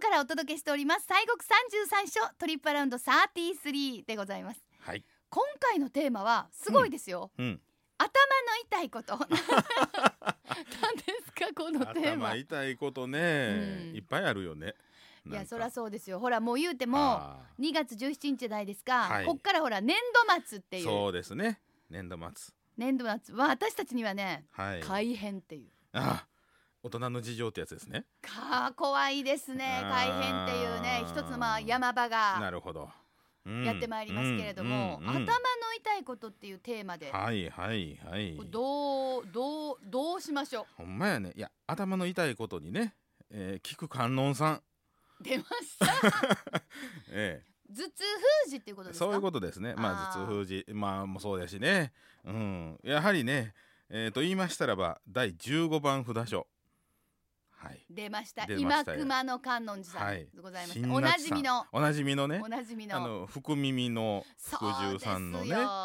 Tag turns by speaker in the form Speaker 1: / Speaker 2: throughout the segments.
Speaker 1: からお届けしております西国三十三所トリップアラウンド33でございます
Speaker 2: はい。
Speaker 1: 今回のテーマはすごいですよ、
Speaker 2: うん。
Speaker 1: 頭の痛いこと なんですかこのテーマ
Speaker 2: 頭
Speaker 1: い
Speaker 2: 痛いことね、
Speaker 1: うん
Speaker 2: いっぱいあるよね。なん
Speaker 1: や
Speaker 2: か
Speaker 1: そりゃそうですよほらもう言うても
Speaker 2: あー
Speaker 1: 2月17日じゃないですか、
Speaker 2: はい
Speaker 1: こっからほら年度末っていう
Speaker 2: そうですね。年度末。
Speaker 1: 年度末は私たちにはね
Speaker 2: はい。
Speaker 1: 改変っていう
Speaker 2: あー大人の事情ってやつですね。
Speaker 1: かあ怖いですね
Speaker 2: あ
Speaker 1: 改
Speaker 2: ー
Speaker 1: 変っていうね一つのまあ山場
Speaker 2: な
Speaker 1: が
Speaker 2: るほど。
Speaker 1: やってまいりますけれども、
Speaker 2: うんうん
Speaker 1: 頭
Speaker 2: うん
Speaker 1: の痛いことっていうテーマで、
Speaker 2: はいはいはい。
Speaker 1: どうどうどうしましょ
Speaker 2: ほんまやね。いや頭の痛いことにね、えー、聞く観音さん。
Speaker 1: う出ました 頭
Speaker 2: え
Speaker 1: 痛封じっていうこと
Speaker 2: え、
Speaker 1: ですか
Speaker 2: そういうことですね。ま
Speaker 1: あー
Speaker 2: あ頭痛風じまあもうそうやしね。うん。やはりね、えー、と言いましたらば第15番札所。はい。
Speaker 1: 出ました
Speaker 2: 出ま
Speaker 1: 今
Speaker 2: したよ
Speaker 1: 熊野観音寺さ
Speaker 2: は
Speaker 1: ん
Speaker 2: い
Speaker 1: でございました、
Speaker 2: 新
Speaker 1: おな
Speaker 2: 夏
Speaker 1: じ
Speaker 2: さん
Speaker 1: みの
Speaker 2: おなじみのね
Speaker 1: お。なじみの
Speaker 2: あの福耳の福
Speaker 1: そう
Speaker 2: 十
Speaker 1: ですよ
Speaker 2: さんのね。
Speaker 1: 福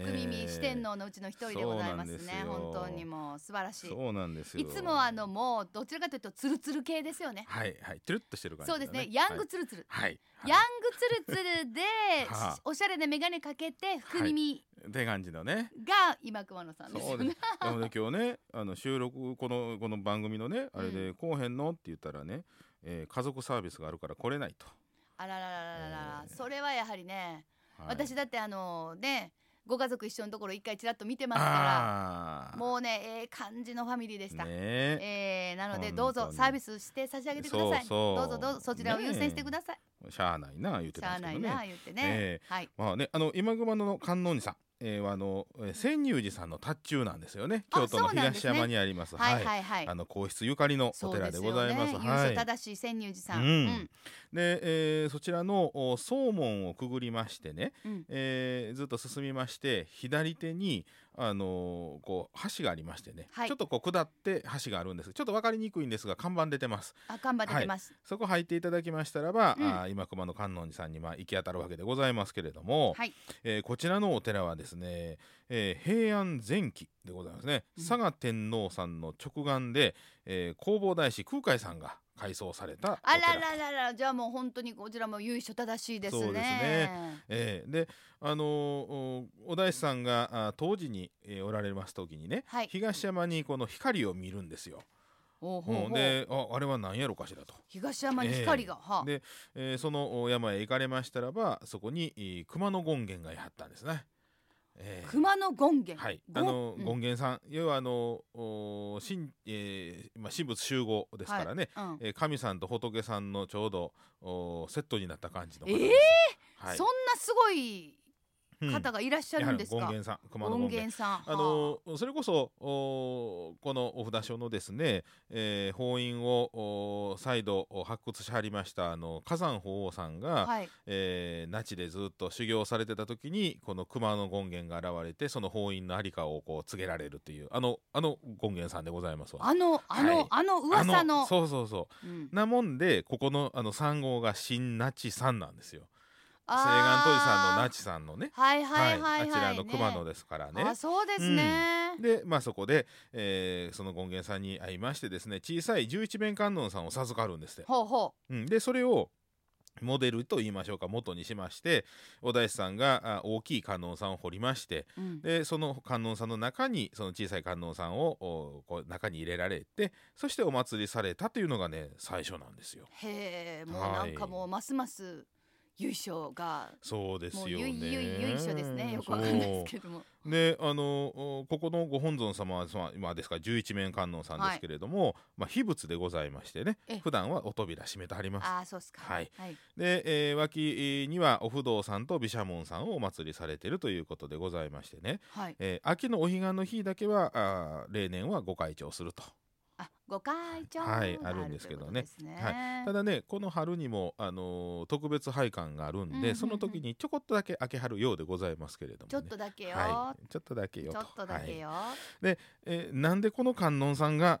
Speaker 1: 耳
Speaker 2: えー
Speaker 1: 四天王のうちの一人でございますね
Speaker 2: そうなんですよ
Speaker 1: 本当にもう素晴らしい
Speaker 2: そうなんですよ。
Speaker 1: いつもあのもうどちらかというとツルツル系ですよね
Speaker 2: はいはい。トゥルッとしてる感じ
Speaker 1: そ
Speaker 2: だ、
Speaker 1: うですねヤングツルツル、
Speaker 2: はい。はい。
Speaker 1: ヤングツルツルで、
Speaker 2: はあ
Speaker 1: おしゃれで眼鏡かけて福耳
Speaker 2: って感じのね。
Speaker 1: が今熊野さんです
Speaker 2: そ
Speaker 1: よ
Speaker 2: うで
Speaker 1: ね
Speaker 2: す。なので今日ね、あの収録このこの番組のね、あれ
Speaker 1: う
Speaker 2: でこうへんのって言ったらね、えー家族サービスがあるから来れないと。
Speaker 1: あらららららら
Speaker 2: えー
Speaker 1: それはやはりね、
Speaker 2: はい
Speaker 1: 私だってあのねご家族一緒のところ一回ちらっと見てますから
Speaker 2: あー
Speaker 1: もうねええ感じのファミリーでした、
Speaker 2: ね
Speaker 1: え
Speaker 2: え
Speaker 1: えなので
Speaker 2: 本当に
Speaker 1: どうぞサービスして差し上げてください
Speaker 2: そうそう
Speaker 1: どうぞどうぞそちらを優先してください、
Speaker 2: しゃあないな言っ
Speaker 1: し
Speaker 2: て
Speaker 1: たゃあ
Speaker 2: んです
Speaker 1: な
Speaker 2: け
Speaker 1: い
Speaker 2: ど
Speaker 1: な
Speaker 2: ね。
Speaker 1: 言ってね、
Speaker 2: え
Speaker 1: はい
Speaker 2: まあね、あの今熊野の観音寺さん。えーはあのえー千入寺さんの達中なんですよね
Speaker 1: あ
Speaker 2: 京都の
Speaker 1: そうなんです
Speaker 2: 東
Speaker 1: ね
Speaker 2: 山にあります
Speaker 1: はいはいはい
Speaker 2: あの皇室ゆかりのお
Speaker 1: そう
Speaker 2: 寺
Speaker 1: です
Speaker 2: で
Speaker 1: よ
Speaker 2: ございます。
Speaker 1: ね、優
Speaker 2: は
Speaker 1: 勝
Speaker 2: い。
Speaker 1: 正しい千入寺さん、
Speaker 2: う
Speaker 1: うんん
Speaker 2: で、えーそちらのお総門をくぐりましてね、
Speaker 1: うん
Speaker 2: えーずっと進みまして左手に、あのーこう橋がありましてね、
Speaker 1: はい
Speaker 2: ちょっとこう下って橋があるんですちょっと分かりにくいんですが看板出てます
Speaker 1: あ看板出てます、
Speaker 2: そこ入っていただきましたらば、
Speaker 1: うん
Speaker 2: あー今熊野観音寺さんにまあ行き当たるわけでございますけれども、
Speaker 1: はい
Speaker 2: えーこちらのお寺はですね、えー平安前期でございますね、
Speaker 1: うん
Speaker 2: 佐賀天皇さんの直眼で、えー弘法大師空海さんが改装されたお
Speaker 1: あ
Speaker 2: 寺
Speaker 1: ららららじゃあもう本当にこちらも由緒正しいですね
Speaker 2: そうですねええであのーおお大師さんがあ当時に、えーおられます時にね、
Speaker 1: はい
Speaker 2: 東山にこの光を見るんですよ。
Speaker 1: おう
Speaker 2: う
Speaker 1: ほ
Speaker 2: ん
Speaker 1: うほう
Speaker 2: でああれは何やろかしらと。
Speaker 1: 東山に光が、はあ
Speaker 2: で、えーそのお山へ行かれましたらばそこに、えー熊野権現がいはったんですね。ええ
Speaker 1: 熊野権現
Speaker 2: はい、
Speaker 1: ご
Speaker 2: あの
Speaker 1: うん
Speaker 2: 権現さん、要はあのお神、えーまあ、神仏集合ですからね、
Speaker 1: うん
Speaker 2: えー神さんと仏さんのちょうどおセットになった感じの方
Speaker 1: え
Speaker 2: です
Speaker 1: ー
Speaker 2: はい
Speaker 1: そんなすごい
Speaker 2: うん
Speaker 1: 方がいらっしゃるんです
Speaker 2: や
Speaker 1: か
Speaker 2: はり権現さん熊野権
Speaker 1: 権
Speaker 2: 現
Speaker 1: 現さん
Speaker 2: あのそれこそおこのお札所のですね、えー、法印をお再度お発掘しはりましたあの火山法王さんが、
Speaker 1: はあはい
Speaker 2: えー那智でずっと修行されてた時にこの熊野権現が現れてその法印のありかをこう告げられるというあのあの権現さんでございますわ。
Speaker 1: あのあの、
Speaker 2: はい
Speaker 1: あの噂の
Speaker 2: あそうそうそ
Speaker 1: うん
Speaker 2: うなもんでここのあの三号が新那智さんなんですよ。西岸
Speaker 1: あー
Speaker 2: 都寺さんの那智さんのね。
Speaker 1: はいはいはいはい、
Speaker 2: あちらの熊野
Speaker 1: ね
Speaker 2: ですからね。
Speaker 1: あそうですね、
Speaker 2: で、まあ、そこで、えーその権現さんに会いましてですね小さい十一面観音さんを授かるんですって、
Speaker 1: ほうほ
Speaker 2: うん、でそれをモデルと言いましょうか元にしましてお大師さんがあ大きい観音さんを掘りまして
Speaker 1: う、うん
Speaker 2: でその観音さんの中にその小さい観音さんをおこう中に入れられてそしてお祭りされたというのがね最初なんですよ。
Speaker 1: へえもうなんかもうますます優勝が
Speaker 2: そうです
Speaker 1: もう
Speaker 2: よ
Speaker 1: ゆ
Speaker 2: ね。
Speaker 1: いゆいゆいしょですねよくわかんないですけども
Speaker 2: であのおここのご本尊様は、まあ、今ですから十一面観音さんですけれども、まあ、秘仏でございましてね
Speaker 1: え
Speaker 2: 普段はお扉閉めてあります
Speaker 1: ああそうですか
Speaker 2: はい
Speaker 1: はい、
Speaker 2: で、えー脇えーにはお不動さんと毘沙門さんをお祭りされているということでございましてね、
Speaker 1: はい、
Speaker 2: えー秋のお彼岸の日だけはあー例年はご開帳すると
Speaker 1: あご会長
Speaker 2: はい
Speaker 1: が
Speaker 2: あるんですけどね
Speaker 1: ということです
Speaker 2: はただねこの春にも、あのー特別拝観があるんで、
Speaker 1: うんうんうん
Speaker 2: その時にちょこっとだけ開けはるようでございますけれども、ね、
Speaker 1: ちょっとだけよ、
Speaker 2: はい、ちょっとだけよ
Speaker 1: ちょっとだけよ、
Speaker 2: えーなんでこの観音さんが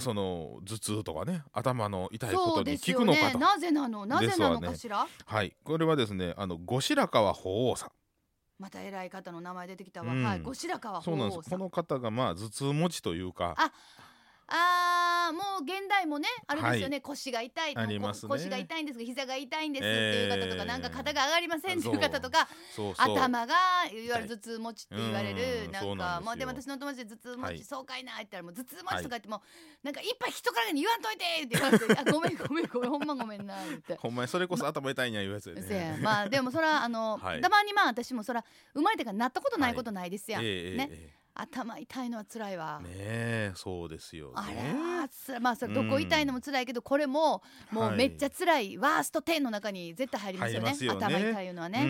Speaker 2: その頭痛とかね頭の痛いことに効くのかと、
Speaker 1: なぜなのなぜなの
Speaker 2: ですわ
Speaker 1: か
Speaker 2: ね
Speaker 1: しら、
Speaker 2: はいこれはですねあの後白河法皇さん
Speaker 1: また偉い方の名前出てきたわ、
Speaker 2: うん
Speaker 1: はい後白河
Speaker 2: そう
Speaker 1: 法
Speaker 2: なん
Speaker 1: 皇
Speaker 2: で
Speaker 1: さ
Speaker 2: すこ
Speaker 1: ん
Speaker 2: の方がまあ頭痛持ちというか
Speaker 1: ああもう現代もねあれですよね、腰が痛い
Speaker 2: ありますね
Speaker 1: こ腰が痛いんですが膝が痛いんですって
Speaker 2: え
Speaker 1: い
Speaker 2: ー
Speaker 1: う方とか、なんか肩が上がりませんっていう方とか
Speaker 2: そうそう
Speaker 1: 頭がいわゆる頭痛持ちって言われ
Speaker 2: う
Speaker 1: る
Speaker 2: ん
Speaker 1: なん
Speaker 2: そ
Speaker 1: か
Speaker 2: うなんですよ
Speaker 1: まあでも私の友達で頭痛持ち、
Speaker 2: はい
Speaker 1: そうかいなって言ったらもう頭痛持ちとか言っても、なんか一杯人からに言わんといてって言われてあごめんごめんごめんほんまごめんなって。
Speaker 2: ほんまにそれこそ頭痛いには言うやつよ
Speaker 1: せや
Speaker 2: ね。
Speaker 1: まあでもそらあの、
Speaker 2: はい
Speaker 1: たまにまあ私もそら生まれてからなったことないことないですやん、
Speaker 2: ええ
Speaker 1: ね
Speaker 2: ええ
Speaker 1: 頭痛いのは辛いわ、
Speaker 2: ねえそうですよ
Speaker 1: あ
Speaker 2: ね。
Speaker 1: らつらまあそれどこ痛いのも辛いけど、これももう
Speaker 2: はい
Speaker 1: めっちゃ辛い、ワースト10の中に絶対入りますよね
Speaker 2: 入りますよね
Speaker 1: 頭痛いのはね、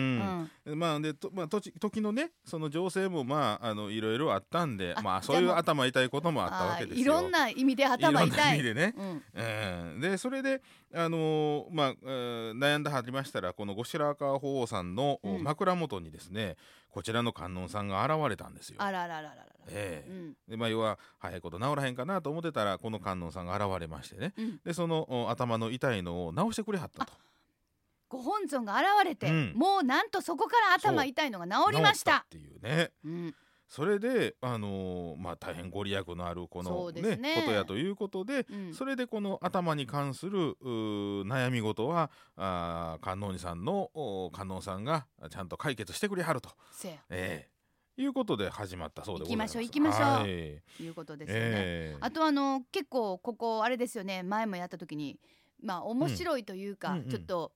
Speaker 2: う
Speaker 1: うんん
Speaker 2: まあでとまあ時時のねその情勢もまああのいろいろあったんで
Speaker 1: あ
Speaker 2: まあ
Speaker 1: じ
Speaker 2: そ
Speaker 1: ゃあ
Speaker 2: ういう
Speaker 1: もう
Speaker 2: 頭痛いこともあったわ
Speaker 1: あ
Speaker 2: け
Speaker 1: ー
Speaker 2: ですよ。
Speaker 1: いろんな意味で頭
Speaker 2: いろんな
Speaker 1: 痛
Speaker 2: 意味
Speaker 1: い。
Speaker 2: でね。
Speaker 1: うん、
Speaker 2: うん、でそれで、あのーまあえー悩んではりましたらこの後白河法皇さんの
Speaker 1: うん
Speaker 2: 枕元にですね、こちらの観音さんが現れたんですよ。
Speaker 1: あらららららら。
Speaker 2: ええ
Speaker 1: うん
Speaker 2: でまあ、要は早いこと治らへんかなと思ってたらこの観音さんが現れましてね
Speaker 1: うん、
Speaker 2: でそのお頭の痛いのを治してくれはったと。
Speaker 1: ご本尊が現れて、
Speaker 2: うん
Speaker 1: もうなんとそこから頭痛いのが治りまし。
Speaker 2: 治ったっていうね。
Speaker 1: うん、
Speaker 2: それで、あのーまあ、大変ご利益のあるこ
Speaker 1: そ
Speaker 2: の、
Speaker 1: うですね
Speaker 2: ことやということで、
Speaker 1: うん、
Speaker 2: それでこの頭に関するうー悩み事はあー観音寺さんのお観音さんがちゃんと解決してくれはると、
Speaker 1: せや
Speaker 2: ええいうことで始まったそうでございます。
Speaker 1: 行きましょう行きましょう
Speaker 2: はい
Speaker 1: いうことですよね。
Speaker 2: ええ
Speaker 1: あとあの結構ここあれですよね前もやった時にまあ面白いというか、
Speaker 2: うんうんうん
Speaker 1: ちょっと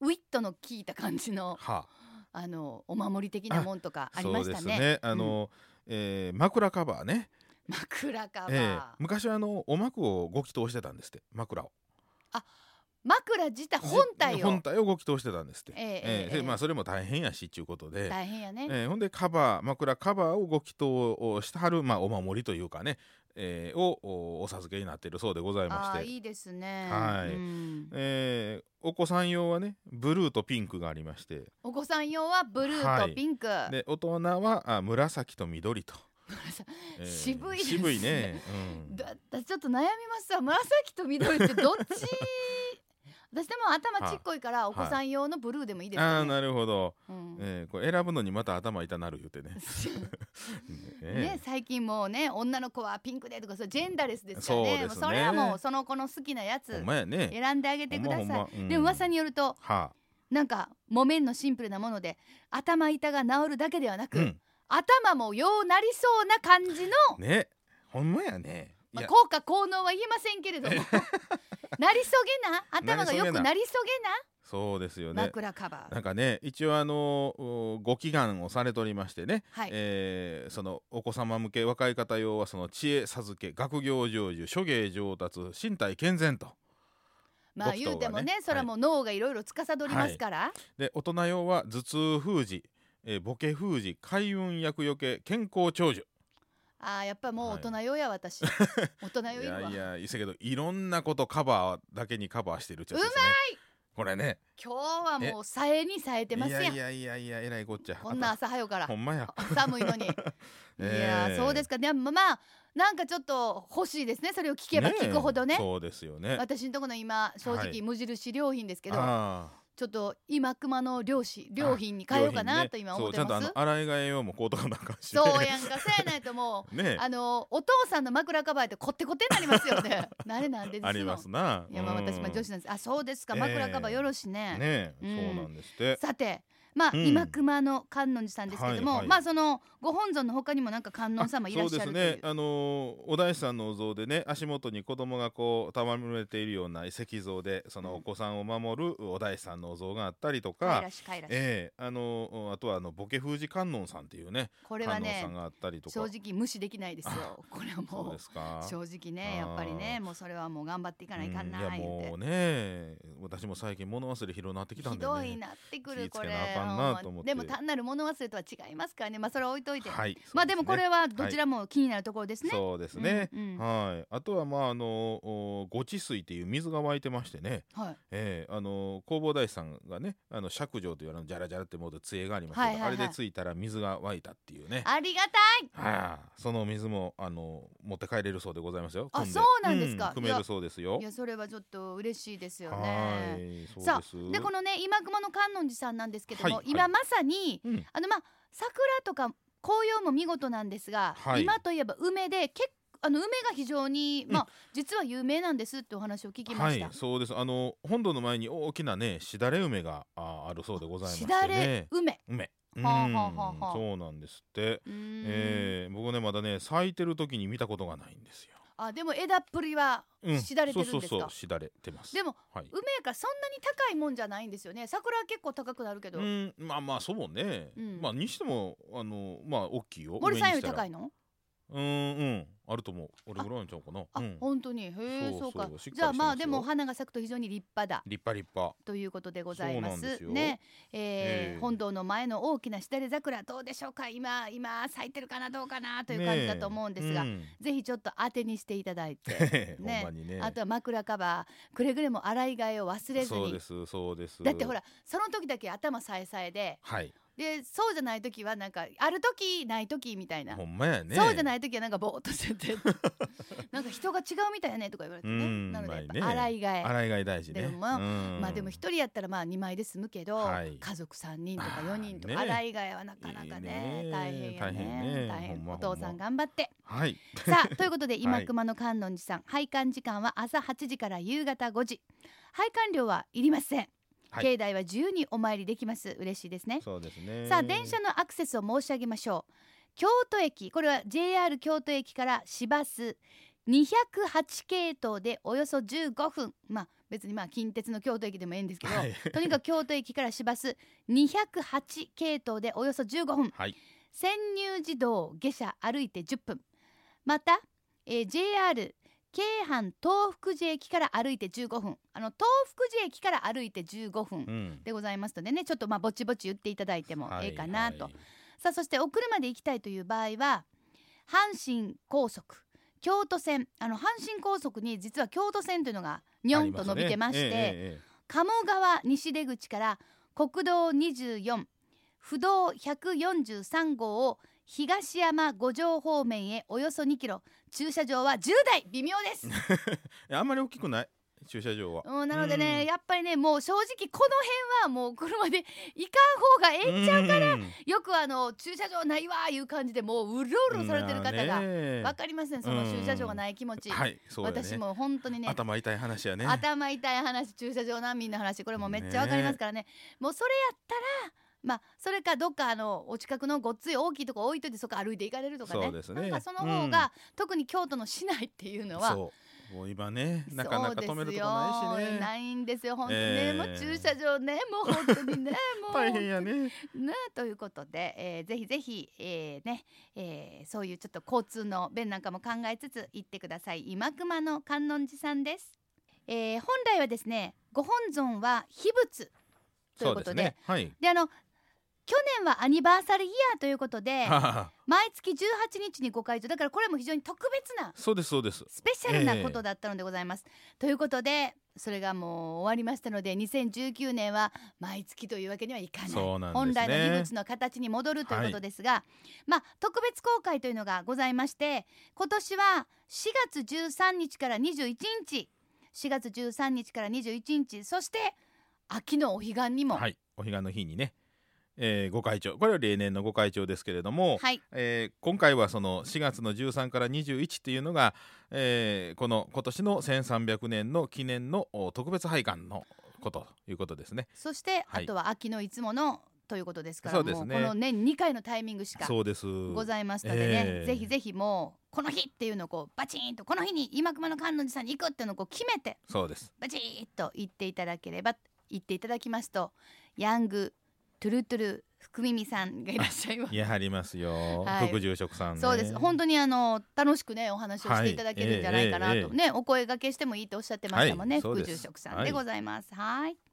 Speaker 1: ウィットの効いた感じ の
Speaker 2: は
Speaker 1: あのお守り的なもんとかあり
Speaker 2: そ
Speaker 1: ま
Speaker 2: う
Speaker 1: し
Speaker 2: で
Speaker 1: た
Speaker 2: す
Speaker 1: ね。
Speaker 2: ね。あの、ええ枕カバーね、
Speaker 1: 枕カバー、
Speaker 2: ええ昔はあのおまくをご祈祷してたんですって枕を
Speaker 1: 枕自体本体を
Speaker 2: 本体をご祈祷してたんですって、
Speaker 1: ええええ
Speaker 2: でまあ、それも大変やしっていうことで、
Speaker 1: 大変やね。
Speaker 2: えーほんでカバー枕カバーをご祈祷をしてはる、まあ、お守りというかね、えーをおお授けになっているそうでございま
Speaker 1: ああ
Speaker 2: して
Speaker 1: いいですね。
Speaker 2: はい
Speaker 1: うん
Speaker 2: えーお子さん用はねブルーとピンクがありまして
Speaker 1: お子さん用はブルー
Speaker 2: は
Speaker 1: と
Speaker 2: い
Speaker 1: ピンク。
Speaker 2: で大人はあ紫と緑と、えー
Speaker 1: 渋いですね
Speaker 2: 渋いね、う ん
Speaker 1: だだちょっと悩みますわ紫と緑ってどっち 私でも頭ちっこいからお子さん用のブルーでもいいです
Speaker 2: ああ
Speaker 1: よ
Speaker 2: ー
Speaker 1: ね。
Speaker 2: なるほど、
Speaker 1: うん
Speaker 2: えーこれ選ぶのにまた頭痛なる言うて ね
Speaker 1: ね
Speaker 2: ね、
Speaker 1: 最近もうね女の子はピンクでとかそうジェンダーレスですから
Speaker 2: そう
Speaker 1: ね
Speaker 2: ですね
Speaker 1: もうそれはもうその子の好きなや
Speaker 2: ほ
Speaker 1: つ
Speaker 2: んまやね
Speaker 1: 選んであげてください、でも噂
Speaker 2: に
Speaker 1: によると
Speaker 2: は
Speaker 1: なんか木綿のシンプルなもので頭痛が治るだけではな
Speaker 2: あ、
Speaker 1: く、
Speaker 2: うん、
Speaker 1: 頭もようなりそうな感 じの、
Speaker 2: ねほんまやねい
Speaker 1: まあ、
Speaker 2: や
Speaker 1: 効果効能は言えませんけれ どもなりそげな頭がよくなりそ
Speaker 2: そうですよ
Speaker 1: げな
Speaker 2: ね
Speaker 1: 枕カバー、
Speaker 2: なんかね一応あのおご祈願をされておりましてね、
Speaker 1: はい、
Speaker 2: えーそのお子様向け若い方用はその知恵授け学業成就諸芸上達身体健全と
Speaker 1: まあ
Speaker 2: 僕と
Speaker 1: 言うても
Speaker 2: は
Speaker 1: ね
Speaker 2: ね
Speaker 1: それはもう脳がいろいろ司りますから、
Speaker 2: で大人用は頭痛封じ、えーボケ封じ開運厄除け健康長寿
Speaker 1: ああやっぱもう大人用や 私、大人用
Speaker 2: い
Speaker 1: いるわ
Speaker 2: やいやいいっせやけどいろんなことカバーだけにカバーしてるっちゃですねこれね
Speaker 1: 今日はもうさえにさえてますやん
Speaker 2: いやいやいやいやえらいこっちゃ
Speaker 1: こんな朝早うから
Speaker 2: ほんまや
Speaker 1: 寒いのにいや
Speaker 2: え
Speaker 1: ー
Speaker 2: え
Speaker 1: そうですかでもまあなんかちょっと欲しいですねそれを聞けば聞くほどね
Speaker 2: えそうですよね
Speaker 1: 私のところの今正
Speaker 2: は
Speaker 1: 直
Speaker 2: い
Speaker 1: 無印良品ですけど、
Speaker 2: あー
Speaker 1: ちょっと今熊の良し良品に変えようか
Speaker 2: 料品
Speaker 1: な
Speaker 2: ね
Speaker 1: と今思って
Speaker 2: そうちゃ
Speaker 1: ま
Speaker 2: ん
Speaker 1: す、
Speaker 2: とあの洗い替え用もこうとかなんかして
Speaker 1: そ
Speaker 2: ね
Speaker 1: うやん かそうやないともう
Speaker 2: ね
Speaker 1: あのお父さんの枕カバーってコテコテになりますよ ねなれなんでですの
Speaker 2: ありますない
Speaker 1: やまあ私も女子
Speaker 2: ね
Speaker 1: なんですあそうですか
Speaker 2: ええ
Speaker 1: 枕カバーよろしね、
Speaker 2: ねえ、
Speaker 1: うん
Speaker 2: そうなんですって
Speaker 1: さてまあ、
Speaker 2: うん
Speaker 1: 今熊の観音寺さんですけども、
Speaker 2: はいはい
Speaker 1: まあそのご本尊の他にもなんか観音様いらっしゃる
Speaker 2: そう
Speaker 1: という
Speaker 2: ですねあのーお大師さんのお像でね足元に子供がこう戯れているような石像でそのお子さんを守るお大師さんのお像があったりと
Speaker 1: かい
Speaker 2: か、
Speaker 1: らしかいらし、
Speaker 2: ええあのーあとはあのボケ封じ観音さんっていうね
Speaker 1: これは
Speaker 2: 観音さ
Speaker 1: ね
Speaker 2: んがあったりとか
Speaker 1: 正直無視できないですよこれは
Speaker 2: そう
Speaker 1: も
Speaker 2: で
Speaker 1: う
Speaker 2: すか
Speaker 1: 正直ねやっぱりねもうそれはもう頑張っていかないかんな
Speaker 2: うんいや
Speaker 1: 言うて
Speaker 2: もうね私も最近物忘れ広なってきたん
Speaker 1: ひ
Speaker 2: だよ
Speaker 1: ど
Speaker 2: ね
Speaker 1: いなってくるこ
Speaker 2: 気ぃつけ
Speaker 1: れ
Speaker 2: なあかんなと思って
Speaker 1: でも単なる物忘れとは違いますからねまあそれは置いといて、
Speaker 2: はい
Speaker 1: まあでもこ
Speaker 2: は
Speaker 1: れはどちらも気になるところですね
Speaker 2: そうですね。
Speaker 1: うんうん
Speaker 2: はい。あとはまああのおご治水っていう水が湧いてましてね、
Speaker 1: はい
Speaker 2: ええあの工房大師さんがね、あの釈上というあのジャラジャラってもう杖がありますけど、
Speaker 1: はいはいはい
Speaker 2: あれでついたら水が湧いたっていうね。
Speaker 1: ありがたい
Speaker 2: ああ、その水もあの持って帰れるそうでございますよ。
Speaker 1: あ
Speaker 2: 汲で
Speaker 1: そうなんですか
Speaker 2: うん汲めるそうですよ
Speaker 1: い。やそれはちょっと嬉しいですよ
Speaker 2: は
Speaker 1: ね
Speaker 2: い、そう
Speaker 1: さあ
Speaker 2: です。
Speaker 1: でこのね今熊の観音寺さんなんですけども、
Speaker 2: はい
Speaker 1: 今
Speaker 2: はい
Speaker 1: まさに
Speaker 2: うん
Speaker 1: あのまあ桜とか紅葉も見事なんですが、
Speaker 2: はい
Speaker 1: 今といえば梅で結あの梅が非常に、
Speaker 2: うん
Speaker 1: まあ実は有名なんですってお話を聞きま
Speaker 2: は
Speaker 1: し
Speaker 2: い
Speaker 1: た、、
Speaker 2: そうです。あの本堂の前に大きなね、しだれ梅がああるそうでございまし
Speaker 1: してだれ
Speaker 2: ね。
Speaker 1: 梅
Speaker 2: 梅。うん
Speaker 1: はあはあはあはあ
Speaker 2: そうなんですって。
Speaker 1: うーん
Speaker 2: えー僕ねまだね咲いてる時に見たことがないんですよ。
Speaker 1: あでも枝っぷりは
Speaker 2: うん、
Speaker 1: しだれてるんですか、
Speaker 2: そうそうそう、しだれてます。
Speaker 1: でも
Speaker 2: はい。
Speaker 1: 梅がそんなに高いもんじゃないんですよね桜は結構高くなるけど、
Speaker 2: うん、まあまあそうね。
Speaker 1: うん
Speaker 2: まあにしてもあのまあ大きいよ。
Speaker 1: 森さんより
Speaker 2: 上にした
Speaker 1: 高
Speaker 2: ら
Speaker 1: いの
Speaker 2: うんうんあると思う。俺ぐらいちゃうかな。
Speaker 1: あ、
Speaker 2: うん。
Speaker 1: 本当にへえ
Speaker 2: そう
Speaker 1: そうか
Speaker 2: そうしっかりしてますよ
Speaker 1: じゃあまあでもお花が咲くと非常に立派だ
Speaker 2: 立派立派。
Speaker 1: ということでございま
Speaker 2: そうなんです
Speaker 1: す
Speaker 2: よ
Speaker 1: ね、
Speaker 2: え
Speaker 1: えー
Speaker 2: え
Speaker 1: 本堂の前の大きなしだれ桜どうでしょうか今今咲いてるかなどうかなという感じだと思うんですが、
Speaker 2: ね
Speaker 1: ぜひちょっと当てにしていただい
Speaker 2: え
Speaker 1: て
Speaker 2: うん
Speaker 1: ね
Speaker 2: ほんまにね。
Speaker 1: あとは枕カバーくれぐれも洗い替えを忘れず
Speaker 2: そうで
Speaker 1: に
Speaker 2: すそうです。
Speaker 1: だってほ。らその時だけ頭さえさえで
Speaker 2: はい。
Speaker 1: でそうじゃない時はなんかある時ない時みたいな、
Speaker 2: ほんまやね。
Speaker 1: そうじゃ
Speaker 2: い。
Speaker 1: ない時はなんかぼーっとして てなんか人が違うみたいやねとか言われて
Speaker 2: う
Speaker 1: ね
Speaker 2: ん
Speaker 1: なのでやっぱ
Speaker 2: うまいね
Speaker 1: 洗い替え
Speaker 2: 洗い替え大事ね。
Speaker 1: でもまあ
Speaker 2: うん
Speaker 1: まあでも一人やったらまあ2枚で済むけど、
Speaker 2: はい
Speaker 1: 家族3人とか
Speaker 2: あー
Speaker 1: 4人とか、
Speaker 2: ね
Speaker 1: 洗い替えはなかなかね
Speaker 2: いいね
Speaker 1: 大変やね
Speaker 2: 大変ね
Speaker 1: 大
Speaker 2: ほ
Speaker 1: 変
Speaker 2: んま
Speaker 1: お父さ
Speaker 2: ほ
Speaker 1: ん
Speaker 2: んま
Speaker 1: 頑張 って
Speaker 2: はい。
Speaker 1: さあということで今
Speaker 2: はい
Speaker 1: 熊の観音寺さん、拝観時間は朝8時から夕方5時拝観料はいりません、
Speaker 2: はい
Speaker 1: 境内は自由にお参りできます嬉しいですね
Speaker 2: そうです ね。
Speaker 1: さあ電車のアクセスを申し上げましょう京都駅これは JR 京都駅から市バス208系統でおよそ15分まあ別にまあ近鉄の京都駅でもいいんですけど、
Speaker 2: はい。
Speaker 1: とにかく京都駅から市バス208系統でおよそ15分
Speaker 2: はい。
Speaker 1: 潜入自動下車歩いて10分また、えー JR 京阪東福寺駅から歩いて15分あの東福寺駅から歩いて15分
Speaker 2: うん。
Speaker 1: でございますのでねちょっとまあぼちぼち言っていただいても
Speaker 2: は
Speaker 1: え
Speaker 2: い
Speaker 1: えかなと、
Speaker 2: はい
Speaker 1: さあそしてお車で行きたいという場合は阪神高速京都線あの阪神高速に実は京都線というのがにょんと伸びてまして
Speaker 2: ありすねええええええ
Speaker 1: 鴨川西出口から国道24不動143号を東山五条方面へおよそ2キロ駐車場は10台微妙です
Speaker 2: いやあんまり大きくない駐車場は。
Speaker 1: うんなので
Speaker 2: う
Speaker 1: ね
Speaker 2: ん
Speaker 1: やっぱりねもう正直この辺はもう車で行かん方がええんちゃうか
Speaker 2: から
Speaker 1: よくあの駐車場ないわーいう感じでもううろうろされてる方がわ
Speaker 2: が
Speaker 1: かりますねその駐車場がない気持ち、
Speaker 2: はい、そうだね。
Speaker 1: 私も本当にね
Speaker 2: 頭痛い話やね。
Speaker 1: 頭痛い話駐車場難民の話これもうめっちゃわかりますからねもうそれやったらまあそれかどっかあのお近くのごっつい大きいとこ置いといてそこ歩いて行かれるとかね
Speaker 2: そうですね
Speaker 1: なんかその方が、特に京都の市内っていうのは
Speaker 2: そう。もう今ね、なかなか止めるとこ
Speaker 1: そう
Speaker 2: な
Speaker 1: で
Speaker 2: い
Speaker 1: す
Speaker 2: し
Speaker 1: よ
Speaker 2: ね。
Speaker 1: ないんですよ本当にね、
Speaker 2: ええ
Speaker 1: もう駐車場ねもう本当 にねもう
Speaker 2: 大変やね。
Speaker 1: ねということで、えーぜひぜひ、えーねえーそういうちょっと交通の便なんかも考えつつ行ってください今熊の観音寺さんです、えー本来はですねご本尊は秘仏という
Speaker 2: そう
Speaker 1: こ
Speaker 2: で
Speaker 1: と
Speaker 2: す
Speaker 1: で
Speaker 2: ね。はい。
Speaker 1: であの去年はアニバーサリーイヤーということで
Speaker 2: はは
Speaker 1: 毎月18日にご開場だからこれも非常に特別な
Speaker 2: そうですそうです。
Speaker 1: スペシャルなことだったのでございます。ということでそれがもう終わりましたので2019年は毎月というわけにはいかない
Speaker 2: そうなん
Speaker 1: 本
Speaker 2: ですね
Speaker 1: 来の秘仏の形に戻るということですが、まあ、特別公開というのがございまして今年は4月13日から21日4月13日から21日そして秋のお彼岸にも、
Speaker 2: はい。お彼岸の日にね。えー、ご会長これは例年のご会長ですけれども、
Speaker 1: はい
Speaker 2: えー今回はその4月の13から21っていうのが、えーこの今年の1300年の記念のお特別拝観のことということですね。
Speaker 1: そして、
Speaker 2: はい
Speaker 1: あとは秋のいつものということですから
Speaker 2: そうですね
Speaker 1: もうこの年2回のタイミングしか
Speaker 2: そうです。
Speaker 1: ございますのでね、
Speaker 2: ええ
Speaker 1: ぜひぜひもうこの日っていうのをこうバチーンとこの日に今熊の観音寺さんに行くっていうのをこう決めて
Speaker 2: そうです。
Speaker 1: バチーンと言っていただければ言っていただきますとヤングトゥルトゥル福耳さんがいらっしゃいます。
Speaker 2: やはりますよ、
Speaker 1: はい
Speaker 2: 副住職さん、ね、
Speaker 1: そうです本
Speaker 2: 当
Speaker 1: 当にあの楽しくねお話をしていただけるんじゃないかなと、
Speaker 2: はいええええ
Speaker 1: ねお声掛けしてもいいとおっしゃってましたもんね、
Speaker 2: はいそう
Speaker 1: 副
Speaker 2: です
Speaker 1: 住職さんでございますはい